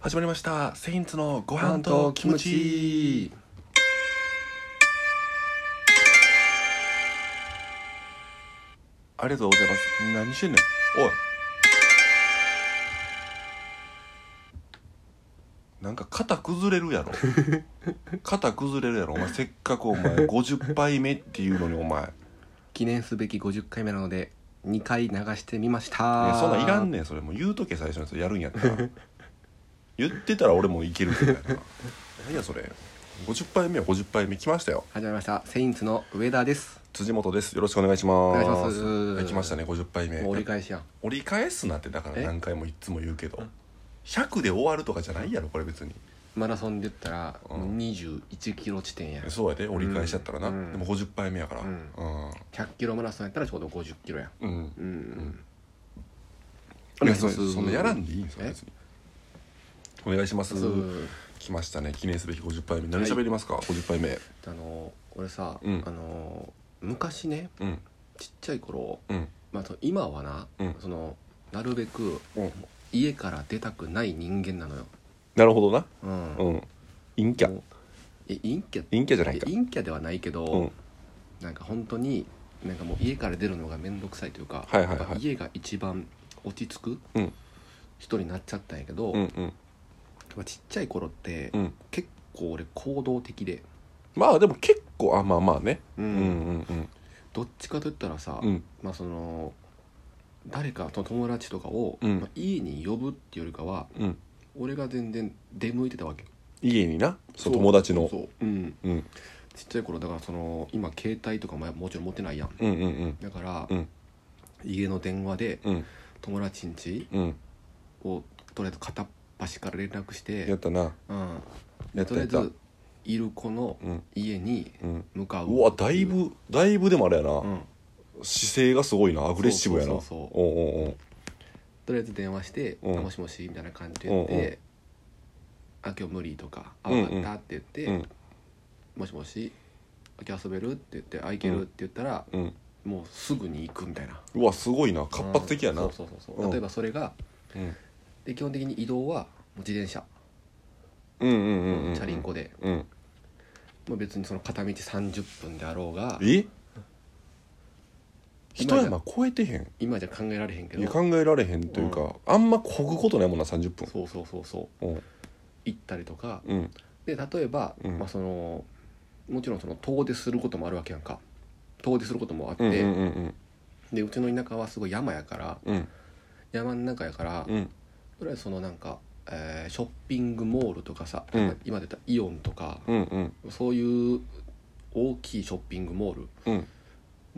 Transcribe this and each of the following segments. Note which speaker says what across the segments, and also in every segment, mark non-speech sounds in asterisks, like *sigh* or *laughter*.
Speaker 1: 始まりました「セインツのご飯とキムチ」ありがとうございます何してんねんおいなんか肩崩れる *laughs* やろ肩崩れるやろお前せっかくお前50杯 *laughs* 目っていうのにお前い
Speaker 2: 記念すべき50回目なので2回流してみました
Speaker 1: やそんなんいらんねんそれもう言うとけ最初にそれやるんやった *laughs* ら言ってたら俺もいけるけどや *laughs* な何やそれ50杯目は50杯目来ましたよ
Speaker 2: 始まりましたセインツの上田です
Speaker 1: 辻本ですよろしくお願いします
Speaker 2: お願いします
Speaker 1: はい来ましたね50杯目
Speaker 2: もう折り返しやん
Speaker 1: 折り返すなってだから
Speaker 2: え
Speaker 1: 何回もいつも言うけど100で終わるとかじゃないやろこれ別に
Speaker 2: マラソンで言ったら
Speaker 1: うん
Speaker 2: 21キロ地点やん100
Speaker 1: そうやで折り返しちゃったらな、
Speaker 2: うん
Speaker 1: でも50杯目やからう
Speaker 2: うんんキロマラソンやったらちょうど50キロやん
Speaker 1: うん、
Speaker 2: うん、うん、
Speaker 1: いやそそんなやらんでいいんですよ
Speaker 2: え
Speaker 1: 別にお願いします
Speaker 2: そう
Speaker 1: 来ましたね記念すべき50杯目何喋りますか、50杯目
Speaker 2: あの俺さ、
Speaker 1: うん
Speaker 2: あの昔ね
Speaker 1: うん
Speaker 2: ちっちゃい頃、
Speaker 1: うん
Speaker 2: まあ、その今はな、
Speaker 1: うん
Speaker 2: そのなるべく
Speaker 1: うん
Speaker 2: 家から出たくない人間なのよ
Speaker 1: なるほどな
Speaker 2: うん、
Speaker 1: うん陰キャ
Speaker 2: もうえ陰キャ
Speaker 1: 陰キャじゃない
Speaker 2: いや
Speaker 1: か
Speaker 2: 陰キャではないけど、
Speaker 1: うん
Speaker 2: なんか本当になんかもう家から出るのが面倒くさいというか、
Speaker 1: はいはいはい
Speaker 2: やっぱ家が一番落ち着く
Speaker 1: うん
Speaker 2: 人になっちゃったんやけど、
Speaker 1: うん
Speaker 2: やっ
Speaker 1: うん
Speaker 2: ぱちっちゃい頃って、
Speaker 1: うん
Speaker 2: 結構俺行動的で、
Speaker 1: まあでも結構あまあまあね
Speaker 2: うん
Speaker 1: うんうんうん
Speaker 2: どっちかといったらさ、
Speaker 1: うん
Speaker 2: まあ、その誰かと友達とかを、
Speaker 1: うん
Speaker 2: まあ、家に呼ぶっていうよりかは
Speaker 1: うん
Speaker 2: 俺が全然出向いてたわけ
Speaker 1: 家になそう
Speaker 2: そう
Speaker 1: 友達の
Speaker 2: そうそう、うん、
Speaker 1: うん
Speaker 2: ちっちゃい頃だからその今携帯とかももちろん持ってないやん
Speaker 1: うんうんうん
Speaker 2: だから、
Speaker 1: うん
Speaker 2: 家の電話で
Speaker 1: うん
Speaker 2: 友達ん家
Speaker 1: うん
Speaker 2: をとりあえず片っ端から連絡して、
Speaker 1: やったな
Speaker 2: うん、
Speaker 1: やっ
Speaker 2: で
Speaker 1: た
Speaker 2: とり
Speaker 1: やっ
Speaker 2: あえ
Speaker 1: た
Speaker 2: ずいる子の
Speaker 1: うん
Speaker 2: 家に
Speaker 1: うん
Speaker 2: 向かう
Speaker 1: うわだい、ぶだいぶでもあれやな、
Speaker 2: うん、
Speaker 1: 姿勢がすごいなアグレッシブやな
Speaker 2: そうそうそう
Speaker 1: おうおう
Speaker 2: とりあえず電話して「
Speaker 1: うん
Speaker 2: もしもし」みたいな感じで言って「
Speaker 1: うんうん
Speaker 2: あ今日無理」とか「あ
Speaker 1: うんうん
Speaker 2: 分かった」って言っ
Speaker 1: お
Speaker 2: て「
Speaker 1: ううん
Speaker 2: もしもし今日遊べる?」って言って「あ行ける?」って言ったら、
Speaker 1: うん
Speaker 2: もうすぐに行くみたいな
Speaker 1: うわすごいな活発的やな
Speaker 2: うんそうそうそうそう
Speaker 1: うん
Speaker 2: 例えばそれが
Speaker 1: うん
Speaker 2: で基本的に移動はもう自転車、
Speaker 1: うんうんうんうん
Speaker 2: チャリンコで、
Speaker 1: うん
Speaker 2: まあ、別にその片道30分であろうが
Speaker 1: え一山超えてへん
Speaker 2: 今じゃ考えられへんけ
Speaker 1: いや
Speaker 2: ど
Speaker 1: 考えられへんというか、あんまこぐことないもんな30分
Speaker 2: そうそうそうそう
Speaker 1: うん
Speaker 2: 行ったりとか
Speaker 1: うん
Speaker 2: で例えば、
Speaker 1: うん
Speaker 2: まあ、そのもちろんその遠出することもあるわけやんか遠出することもあって、
Speaker 1: うんうんうん
Speaker 2: でうちの田舎はすごい山やから
Speaker 1: うん
Speaker 2: 山の中やから、
Speaker 1: うん
Speaker 2: とりあえずそのなんか、えーショッピングモールとかさ、
Speaker 1: うん
Speaker 2: 今出たイオンとか、
Speaker 1: うんうん
Speaker 2: そういう大きいショッピングモール
Speaker 1: うん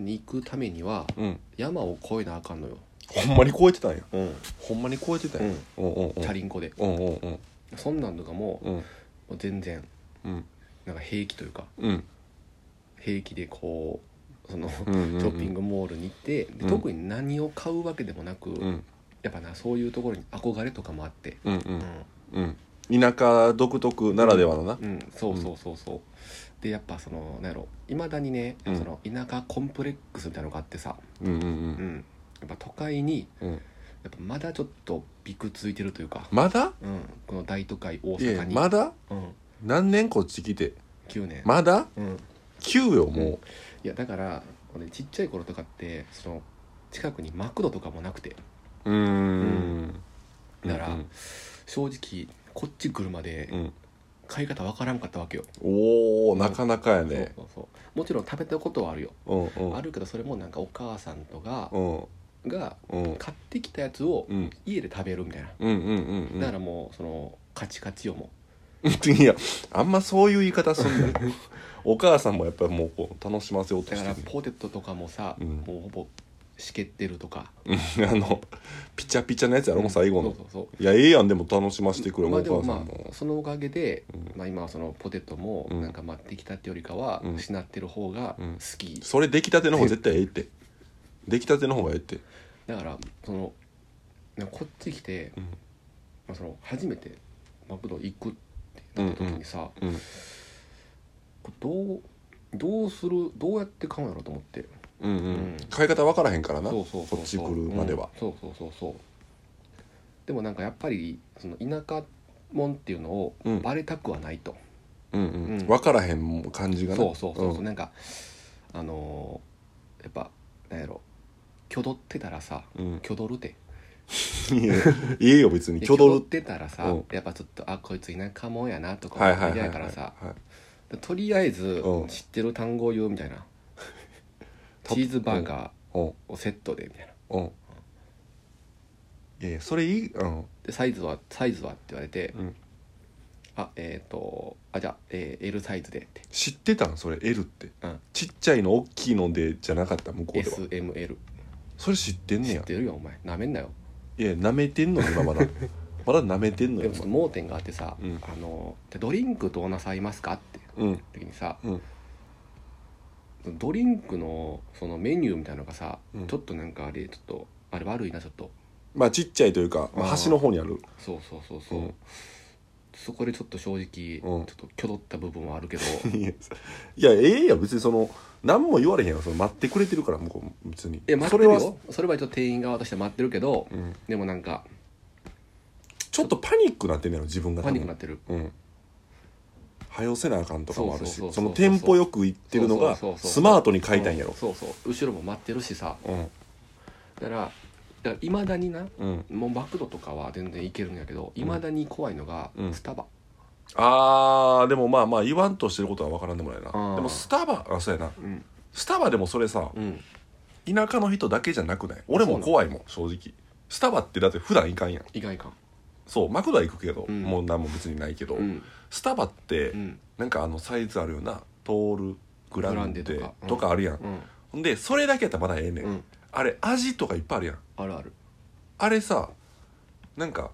Speaker 2: に行くためには
Speaker 1: うん
Speaker 2: 山を越えなあかんのよ、
Speaker 1: ほんまに超えてたんや
Speaker 2: うん
Speaker 1: ほんまに超えてたんやうんうんうん
Speaker 2: チャリンコで
Speaker 1: うんうんうん
Speaker 2: そんなんとかも
Speaker 1: うん
Speaker 2: もう全然
Speaker 1: うん
Speaker 2: なんか平気というか
Speaker 1: うん
Speaker 2: 平気でこうその、
Speaker 1: うんうんうん
Speaker 2: ショッピングモールに行って、で
Speaker 1: うん
Speaker 2: 特に何を買うわけでもなく、
Speaker 1: うん
Speaker 2: やっぱなそういうところに憧れとかもあって、
Speaker 1: うんう
Speaker 2: うんん
Speaker 1: うん田舎独特ならではのな
Speaker 2: うんそうそうそうそう、でやっぱそのなんやろいまだにね、
Speaker 1: うん
Speaker 2: その田舎コンプレックスみたいなのがあってさ、
Speaker 1: うんうんう
Speaker 2: うんん、やっぱ都会に
Speaker 1: うん
Speaker 2: やっぱまだちょっとびくついてるというか、
Speaker 1: まだ
Speaker 2: うん、この大都会大
Speaker 1: いや
Speaker 2: 阪に、
Speaker 1: まだ
Speaker 2: うん、
Speaker 1: 何年こっち来て
Speaker 2: 9年、
Speaker 1: まだ
Speaker 2: うん、
Speaker 1: 9よも
Speaker 2: いやだから俺ちっちゃい頃とかってその近くにマクドとかもなくて
Speaker 1: ううーん
Speaker 2: だから
Speaker 1: うん
Speaker 2: 正直こっち来るまで
Speaker 1: うん
Speaker 2: 買い方わからんかったわけよ、
Speaker 1: おおなかなかや
Speaker 2: そう
Speaker 1: ね
Speaker 2: そうそうもちろん食べたことはあるよ、
Speaker 1: うんうん
Speaker 2: あるけどそれもなんかお母さんとか
Speaker 1: うん
Speaker 2: が
Speaker 1: うん
Speaker 2: 買ってきたやつを
Speaker 1: うん
Speaker 2: 家で食べるみたいな、
Speaker 1: うんうんうんうん
Speaker 2: だからもうそのカチカチよも
Speaker 1: いやあんまそういう言い方すん *laughs* なよお母さんもやっぱりもうこう楽しませよう
Speaker 2: う
Speaker 1: と
Speaker 2: だ
Speaker 1: し
Speaker 2: か
Speaker 1: て
Speaker 2: ら
Speaker 1: る
Speaker 2: ポテトとかもさ、
Speaker 1: うん
Speaker 2: もうほぼしけってるとか
Speaker 1: *laughs* あのピチャピチャのやつやろもう最後の
Speaker 2: そうそう
Speaker 1: いやええやんでも楽しませてく
Speaker 2: そ
Speaker 1: れ
Speaker 2: うま
Speaker 1: お
Speaker 2: あ
Speaker 1: 母
Speaker 2: で
Speaker 1: さ
Speaker 2: も
Speaker 1: ん
Speaker 2: ま
Speaker 1: も
Speaker 2: あそのおかげで、
Speaker 1: うん
Speaker 2: まあ、今はそのポテトも
Speaker 1: うん
Speaker 2: なんか待ってきたってよりかは
Speaker 1: うん
Speaker 2: 失ってる方が
Speaker 1: うん
Speaker 2: 好き、
Speaker 1: それ出来たての方が絶対ええって出来たての方がええって
Speaker 2: だからそのなんかこっち来て、
Speaker 1: うん
Speaker 2: まあ、その初めてマクド行くってなった時にさ、
Speaker 1: うん
Speaker 2: これどうどうするどうやって買うんやろうと思って
Speaker 1: うんう
Speaker 2: うん
Speaker 1: ん買い方分からへんからな
Speaker 2: そうそうそうそう
Speaker 1: こっち来るまでは
Speaker 2: うんそうそうそうそうでもなんかやっぱりその田舎もんっていうのを
Speaker 1: うん
Speaker 2: バレたくはないと、
Speaker 1: うん
Speaker 2: うん
Speaker 1: 分からへん感じがね
Speaker 2: そうそうそうそう、
Speaker 1: ん
Speaker 2: なんかあのーやっぱなんやろ挙動ってたらさ
Speaker 1: うん
Speaker 2: 挙動るて
Speaker 1: いやいいよ別に
Speaker 2: いや
Speaker 1: 挙動
Speaker 2: 挙ってたらさ
Speaker 1: うん
Speaker 2: やっぱちょっとあこいついないかもやなとか
Speaker 1: はいはいはい
Speaker 2: 嫌
Speaker 1: はい
Speaker 2: やからさ
Speaker 1: はい
Speaker 2: とりあえず
Speaker 1: うん
Speaker 2: 知ってる単語を言うみた
Speaker 1: *laughs*
Speaker 2: いな
Speaker 1: た
Speaker 2: チーズバーガ
Speaker 1: うん
Speaker 2: ーをセットでみたい
Speaker 1: う
Speaker 2: な
Speaker 1: んいやいやそれいいうん
Speaker 2: でサイズはサイズはって言われて
Speaker 1: うん
Speaker 2: あえっ、とあじゃあ、えー L サイズでって
Speaker 1: 知ってたんそれ L って、
Speaker 2: うん
Speaker 1: ちっちゃいの大きいのでじゃなかった向こうでは
Speaker 2: SML
Speaker 1: それ知ってんね
Speaker 2: 知
Speaker 1: や
Speaker 2: ってるよお前なめんなよ
Speaker 1: いやなめてんの今
Speaker 2: *laughs*
Speaker 1: まだまだなめてんの
Speaker 2: で
Speaker 1: よ
Speaker 2: もその盲点があってさ、
Speaker 1: うん
Speaker 2: あのでドリンクどうなさいますかって
Speaker 1: お前うん
Speaker 2: 時にさ
Speaker 1: うん
Speaker 2: ドリンクのそのメニューみたいなのがさ、
Speaker 1: うん
Speaker 2: ちょっとなんかあれちょっとあれ悪いなちょっと
Speaker 1: まあちっちゃいというか、まあ
Speaker 2: あー
Speaker 1: 端の方にある *laughs*
Speaker 2: そうそうそうそう、
Speaker 1: うん
Speaker 2: そこでちょっと正直、
Speaker 1: うん
Speaker 2: ちょっと挙動った部分はあ
Speaker 1: *laughs*
Speaker 2: るけど
Speaker 1: いやいやええやん別にその何も言われへんやんその待ってくれてるから向こう別に
Speaker 2: いや待ってるよ
Speaker 1: それは
Speaker 2: それは一応店員側として待ってるけど、
Speaker 1: うん
Speaker 2: でもなんか
Speaker 1: ちょっとパニックなってんねやろ自分が
Speaker 2: パニックになってる
Speaker 1: うん早せなあかんとかもあるし
Speaker 2: そうそうそうそう
Speaker 1: そのテンポよく行ってるのが
Speaker 2: そうそうそうそう
Speaker 1: スマートに書いたんやろ
Speaker 2: そうそう後ろも待ってるしさ
Speaker 1: うん
Speaker 2: だからだからいまだにな
Speaker 1: うん
Speaker 2: もうマクドとかは全然いけるんやけどいまだに怖いのが
Speaker 1: うん
Speaker 2: スタバ、
Speaker 1: あーでもまあまあ言わんとしてることは分からんでもないなで
Speaker 2: ー
Speaker 1: もスタバあそうやな
Speaker 2: うん
Speaker 1: スタバでもそれさ
Speaker 2: うん、
Speaker 1: 田舎の人だけじゃなくない俺も怖いもん正直スタバってだって普段行かんやん
Speaker 2: 意外感
Speaker 1: そうマクドは行くけど、
Speaker 2: うん
Speaker 1: もう何も別にないけど、
Speaker 2: うん
Speaker 1: スタバって、
Speaker 2: うん
Speaker 1: なんかあのサイズあるようなトールグランデ
Speaker 2: グランデ
Speaker 1: と
Speaker 2: と
Speaker 1: か
Speaker 2: か,、うん
Speaker 1: あるやん、
Speaker 2: うん
Speaker 1: ほん、でそれだけやったらまだええねん、
Speaker 2: うん
Speaker 1: あれ味とかいっぱいあるやん
Speaker 2: あるある
Speaker 1: あれさなんか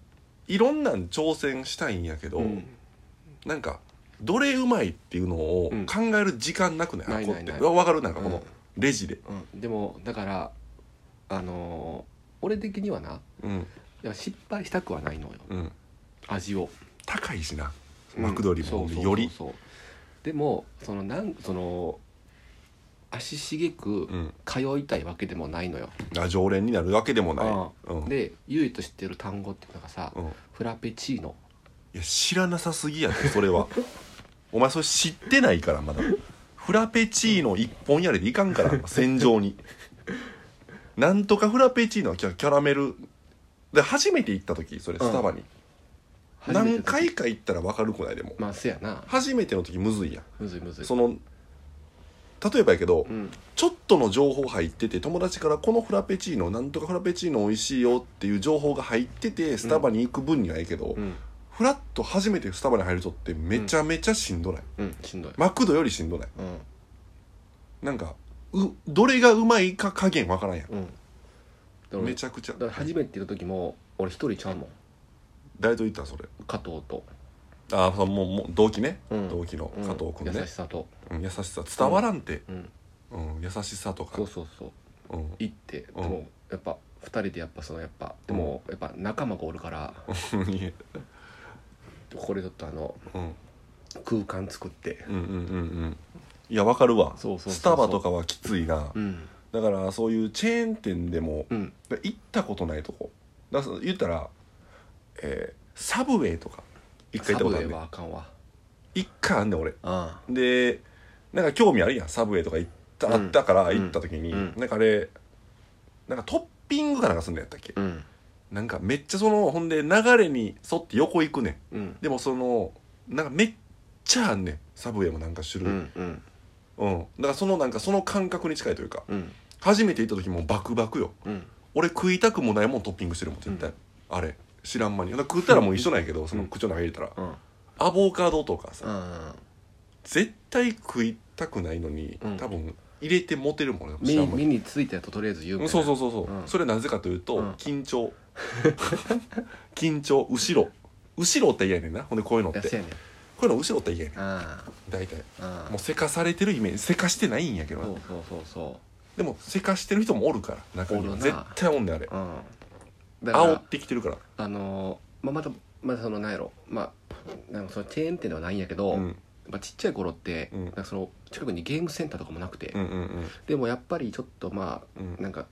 Speaker 1: いろんなん挑戦したいんやけど、
Speaker 2: うん
Speaker 1: なんかどれうまいっていうのを
Speaker 2: うん
Speaker 1: 考える時間なくない、あ
Speaker 2: ないない
Speaker 1: こうって
Speaker 2: ないう
Speaker 1: わわかるなんかこ
Speaker 2: う
Speaker 1: の
Speaker 2: ん
Speaker 1: レジで、
Speaker 2: うん、でもだからあのー俺的にはな
Speaker 1: うん
Speaker 2: いや失敗したくはないのよ
Speaker 1: うん、
Speaker 2: 味を
Speaker 1: 高いしなマクドリも
Speaker 2: うん
Speaker 1: より
Speaker 2: そうそうそうそうでもそのなんその足しげく
Speaker 1: うん
Speaker 2: 通いたいわけでもないのよ、
Speaker 1: あ常連になるわけでもない、
Speaker 2: あ
Speaker 1: うん
Speaker 2: で唯一知ってる単語っていうのがさ、
Speaker 1: うん、い
Speaker 2: フラペチーノ
Speaker 1: や知らなさすぎやってそれは *laughs* お前それ知ってないからまだフラペチーノ一本やれでいかんから戦場になんとかフラペチーノはキャキャラメルで初めて行った時それスタバに、何回か行ったら分かるくないでも
Speaker 2: まあせやな
Speaker 1: 初めての時むずいやん
Speaker 2: むずいむずい
Speaker 1: その例えばやけど、
Speaker 2: うん
Speaker 1: ちょっとの情報入ってて友達からこのフラペチーノなんとかフラペチーノ美味しいよっていう情報が入っててスタバに行く分にはええけど、
Speaker 2: うん
Speaker 1: フラッと初めてスタバに入る人ってめちゃめちゃしんどない、
Speaker 2: うんしんどい、
Speaker 1: マクドよりしんどない
Speaker 2: うん
Speaker 1: なんかうどれがうまいか加減わからんや
Speaker 2: うんだから
Speaker 1: ん
Speaker 2: 俺
Speaker 1: めちゃくちゃ
Speaker 2: だから初めている時も俺一人ちゃうもん
Speaker 1: 誰と言ったんそれ
Speaker 2: 加藤と、
Speaker 1: ああもうもう同期ね、
Speaker 2: うん
Speaker 1: 同期の
Speaker 2: うん
Speaker 1: 加藤君ね
Speaker 2: 優し、さと、
Speaker 1: うん優しさ伝わらんて、
Speaker 2: うん、
Speaker 1: うん優しさとか
Speaker 2: そうそうそう
Speaker 1: うん
Speaker 2: 行ってで
Speaker 1: うん
Speaker 2: もやっぱ2人でやっぱそのやっぱでもやっぱ仲間がおるから
Speaker 1: いや
Speaker 2: これちょっとあの
Speaker 1: うん
Speaker 2: 空間作って
Speaker 1: うんうんうんうんいやわかるわ
Speaker 2: そうそうそうそう
Speaker 1: スタバとかはきついな、
Speaker 2: うん
Speaker 1: だからそういうチェーン店でも
Speaker 2: うん
Speaker 1: 行ったことないとこだからその言ったら、えーサブウェイとか一回行ったこ
Speaker 2: サブ
Speaker 1: と
Speaker 2: ウ
Speaker 1: あ
Speaker 2: ェイ
Speaker 1: るね
Speaker 2: はあかんわ
Speaker 1: 一回あんねん俺
Speaker 2: あ
Speaker 1: でなんか興味あるやんサブウェイとか行った、
Speaker 2: うん
Speaker 1: あったから行った時に、
Speaker 2: うん
Speaker 1: なんかあれなんかトッピングかなんかすんのやったっけ、
Speaker 2: うん
Speaker 1: なんかめっちゃそのほんで流れに沿って横行くね
Speaker 2: うん
Speaker 1: んでもそのなんかめっちゃあんねんサブウェイもなんか種
Speaker 2: う
Speaker 1: 類うん、
Speaker 2: んうん
Speaker 1: だからそのなんかその感覚に近いというか
Speaker 2: うん
Speaker 1: 初めて行った時もバクバクよ
Speaker 2: うん
Speaker 1: 俺食いたくもないもんトッピングしてるもん絶対、あれ知らん間にだから食ったらもう一緒なんやけど、その口の中入れたら
Speaker 2: うん
Speaker 1: アボカドとかさ、
Speaker 2: うん
Speaker 1: 絶対食いたくないのに、
Speaker 2: うん
Speaker 1: 多分入れてモテるもんね
Speaker 2: 目
Speaker 1: 知ら
Speaker 2: に
Speaker 1: ん間
Speaker 2: 目
Speaker 1: に
Speaker 2: についたやつととりあえず言う
Speaker 1: う
Speaker 2: み
Speaker 1: ん
Speaker 2: たい
Speaker 1: そう
Speaker 2: な
Speaker 1: そうそうそう、
Speaker 2: うん
Speaker 1: それなぜかというと、
Speaker 2: うん
Speaker 1: 緊張 *laughs* 緊張後ろ後ろって嫌やねんなほんでこういうのって
Speaker 2: いやせ
Speaker 1: こ
Speaker 2: やねん
Speaker 1: ういうの後ろって嫌やねん
Speaker 2: あ
Speaker 1: 大体
Speaker 2: あああ
Speaker 1: もうせかされてるイメージせかしてないんやけどな
Speaker 2: そうそうそうそ
Speaker 1: でもせかしてる人もおるから中には
Speaker 2: おるな
Speaker 1: 絶対おんねんあれ
Speaker 2: ううんだか
Speaker 1: 煽
Speaker 2: ら
Speaker 1: ってきてるから
Speaker 2: あのーまあまたまあそのなんやろまあなんかそのチェーン店ではないんやけど、
Speaker 1: うん
Speaker 2: まあ、ちっちゃい頃って、
Speaker 1: うん
Speaker 2: なんかその近くにゲームセンターとかもなくて、
Speaker 1: うんうん
Speaker 2: でもやっぱりちょっとま
Speaker 1: うん
Speaker 2: あなんか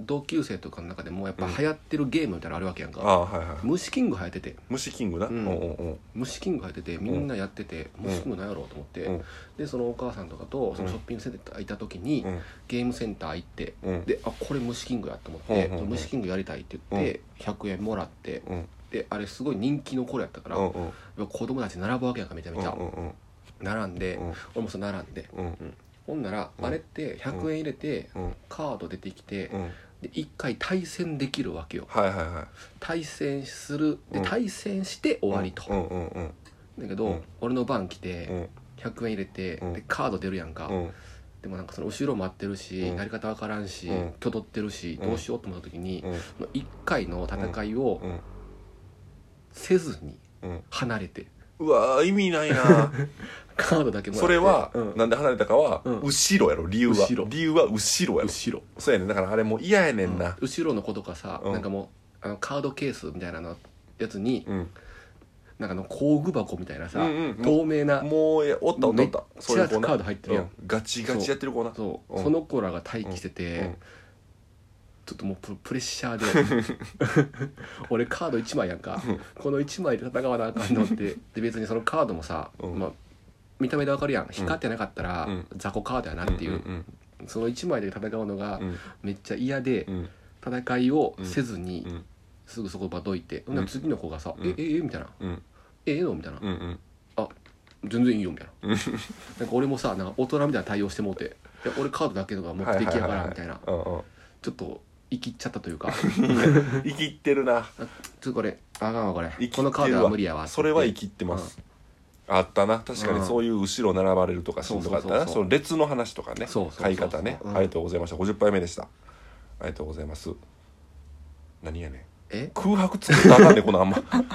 Speaker 2: 同級生とかの中でもやっぱ流行ってるゲームみたいなのあるわけやん
Speaker 1: あ
Speaker 2: か、
Speaker 1: あはいはい
Speaker 2: 虫キング流行ってて
Speaker 1: 虫キングな、
Speaker 2: うん
Speaker 1: おうおうおう
Speaker 2: 虫キング流行っててみんなやってて、
Speaker 1: ん
Speaker 2: 虫キングなんやろうと思って、
Speaker 1: うん
Speaker 2: でそのお母さんとかとそのショッピングセンター行った時に、
Speaker 1: うん
Speaker 2: ゲームセンター行って
Speaker 1: うん
Speaker 2: であこれ虫キングやと思って、
Speaker 1: うんうんうん
Speaker 2: 虫キングやりたいって言って、100円もらって
Speaker 1: うん
Speaker 2: であれすごい人気の頃やったから、
Speaker 1: うん
Speaker 2: やっ
Speaker 1: うん
Speaker 2: ぱ子供たち並ぶわけやんかめちゃめちゃ、
Speaker 1: うんうん
Speaker 2: 並んで、
Speaker 1: うん
Speaker 2: 俺もそう並んで
Speaker 1: うん
Speaker 2: ほんなら、
Speaker 1: うん
Speaker 2: あれって100円入れて、
Speaker 1: うん
Speaker 2: カード出てきて、
Speaker 1: うん
Speaker 2: で1回対戦できるわけよ
Speaker 1: はいはいはい
Speaker 2: 対戦するで
Speaker 1: うん
Speaker 2: 対戦して終わりと、
Speaker 1: うんうんうん
Speaker 2: だけど、
Speaker 1: うん
Speaker 2: 俺の番来て、
Speaker 1: うん
Speaker 2: 100円入れて、
Speaker 1: うん
Speaker 2: でカード出るやんか、
Speaker 1: うん
Speaker 2: でもなんかその後ろ待ってるし、
Speaker 1: うん
Speaker 2: やり方わからんし、
Speaker 1: うん
Speaker 2: 挙動ってるし、
Speaker 1: うん
Speaker 2: どうしようと思った時に、
Speaker 1: うん
Speaker 2: その1回の戦いを
Speaker 1: うん
Speaker 2: せずに
Speaker 1: うん
Speaker 2: 離れて
Speaker 1: うわー意味ない
Speaker 2: *laughs*
Speaker 1: な
Speaker 2: カードだけもらって
Speaker 1: それは、
Speaker 2: うん
Speaker 1: なんで離れたかは、
Speaker 2: うん
Speaker 1: 後ろやろ理由は
Speaker 2: 後ろ
Speaker 1: 理由は後ろやろ
Speaker 2: 後ろ、
Speaker 1: そうやねんだからあれもう嫌やねんな
Speaker 2: 後ろの子とかさ、
Speaker 1: うん
Speaker 2: なんかもうあのカードケースみたいなのやつに、
Speaker 1: うん、
Speaker 2: なんかあの工具箱みたいなさ、
Speaker 1: うんうん
Speaker 2: 透明な
Speaker 1: もうえおったおったおった
Speaker 2: チラッと
Speaker 1: な
Speaker 2: カード入ってるやん、
Speaker 1: うんガチガチやってる子な
Speaker 2: そう、
Speaker 1: うん
Speaker 2: その子らが待機してて、
Speaker 1: うん
Speaker 2: ちょっともうププレッシ
Speaker 1: *laughs*
Speaker 2: ャーで俺カード1枚やんかこの1枚で戦わなあかんのってで別にそのカードもさ、
Speaker 1: うん
Speaker 2: まあ、見た目でわかるやん光ってなかったら、
Speaker 1: うん
Speaker 2: 雑魚カードやなっていう,、
Speaker 1: ん
Speaker 2: その1枚で戦うのが
Speaker 1: うん
Speaker 2: めっちゃ嫌で、
Speaker 1: うん
Speaker 2: 戦いをせずに
Speaker 1: うん
Speaker 2: すぐそこばどいて、ほんなら次の子がさ「
Speaker 1: うん
Speaker 2: えええみたいな
Speaker 1: うん
Speaker 2: 「ええの?」みたいな
Speaker 1: うんうん
Speaker 2: 「全然いいよ」みたいななんか俺もさなんか大人みたいな対応してもうて「いや俺カードだけのが目的やから」みたいな
Speaker 1: うんうん
Speaker 2: ちょっと生きっちゃったというか。 *laughs*
Speaker 1: 生きってるな
Speaker 2: ちょっとこれあかんわこれ
Speaker 1: 生きて
Speaker 2: こ
Speaker 1: るわ
Speaker 2: のカードは無理やわ
Speaker 1: それは生
Speaker 2: き
Speaker 1: きってますあったな確かにそういう後ろ並ばれるとかしんどかった
Speaker 2: そうそうそ
Speaker 1: な
Speaker 2: うそう
Speaker 1: その列の話とかね
Speaker 2: そうそうそう
Speaker 1: 買い方ね
Speaker 2: うん
Speaker 1: ありがとうございました50杯目でしたありがとうございます何やねん
Speaker 2: え
Speaker 1: 空白作ったらあかんねこのあんま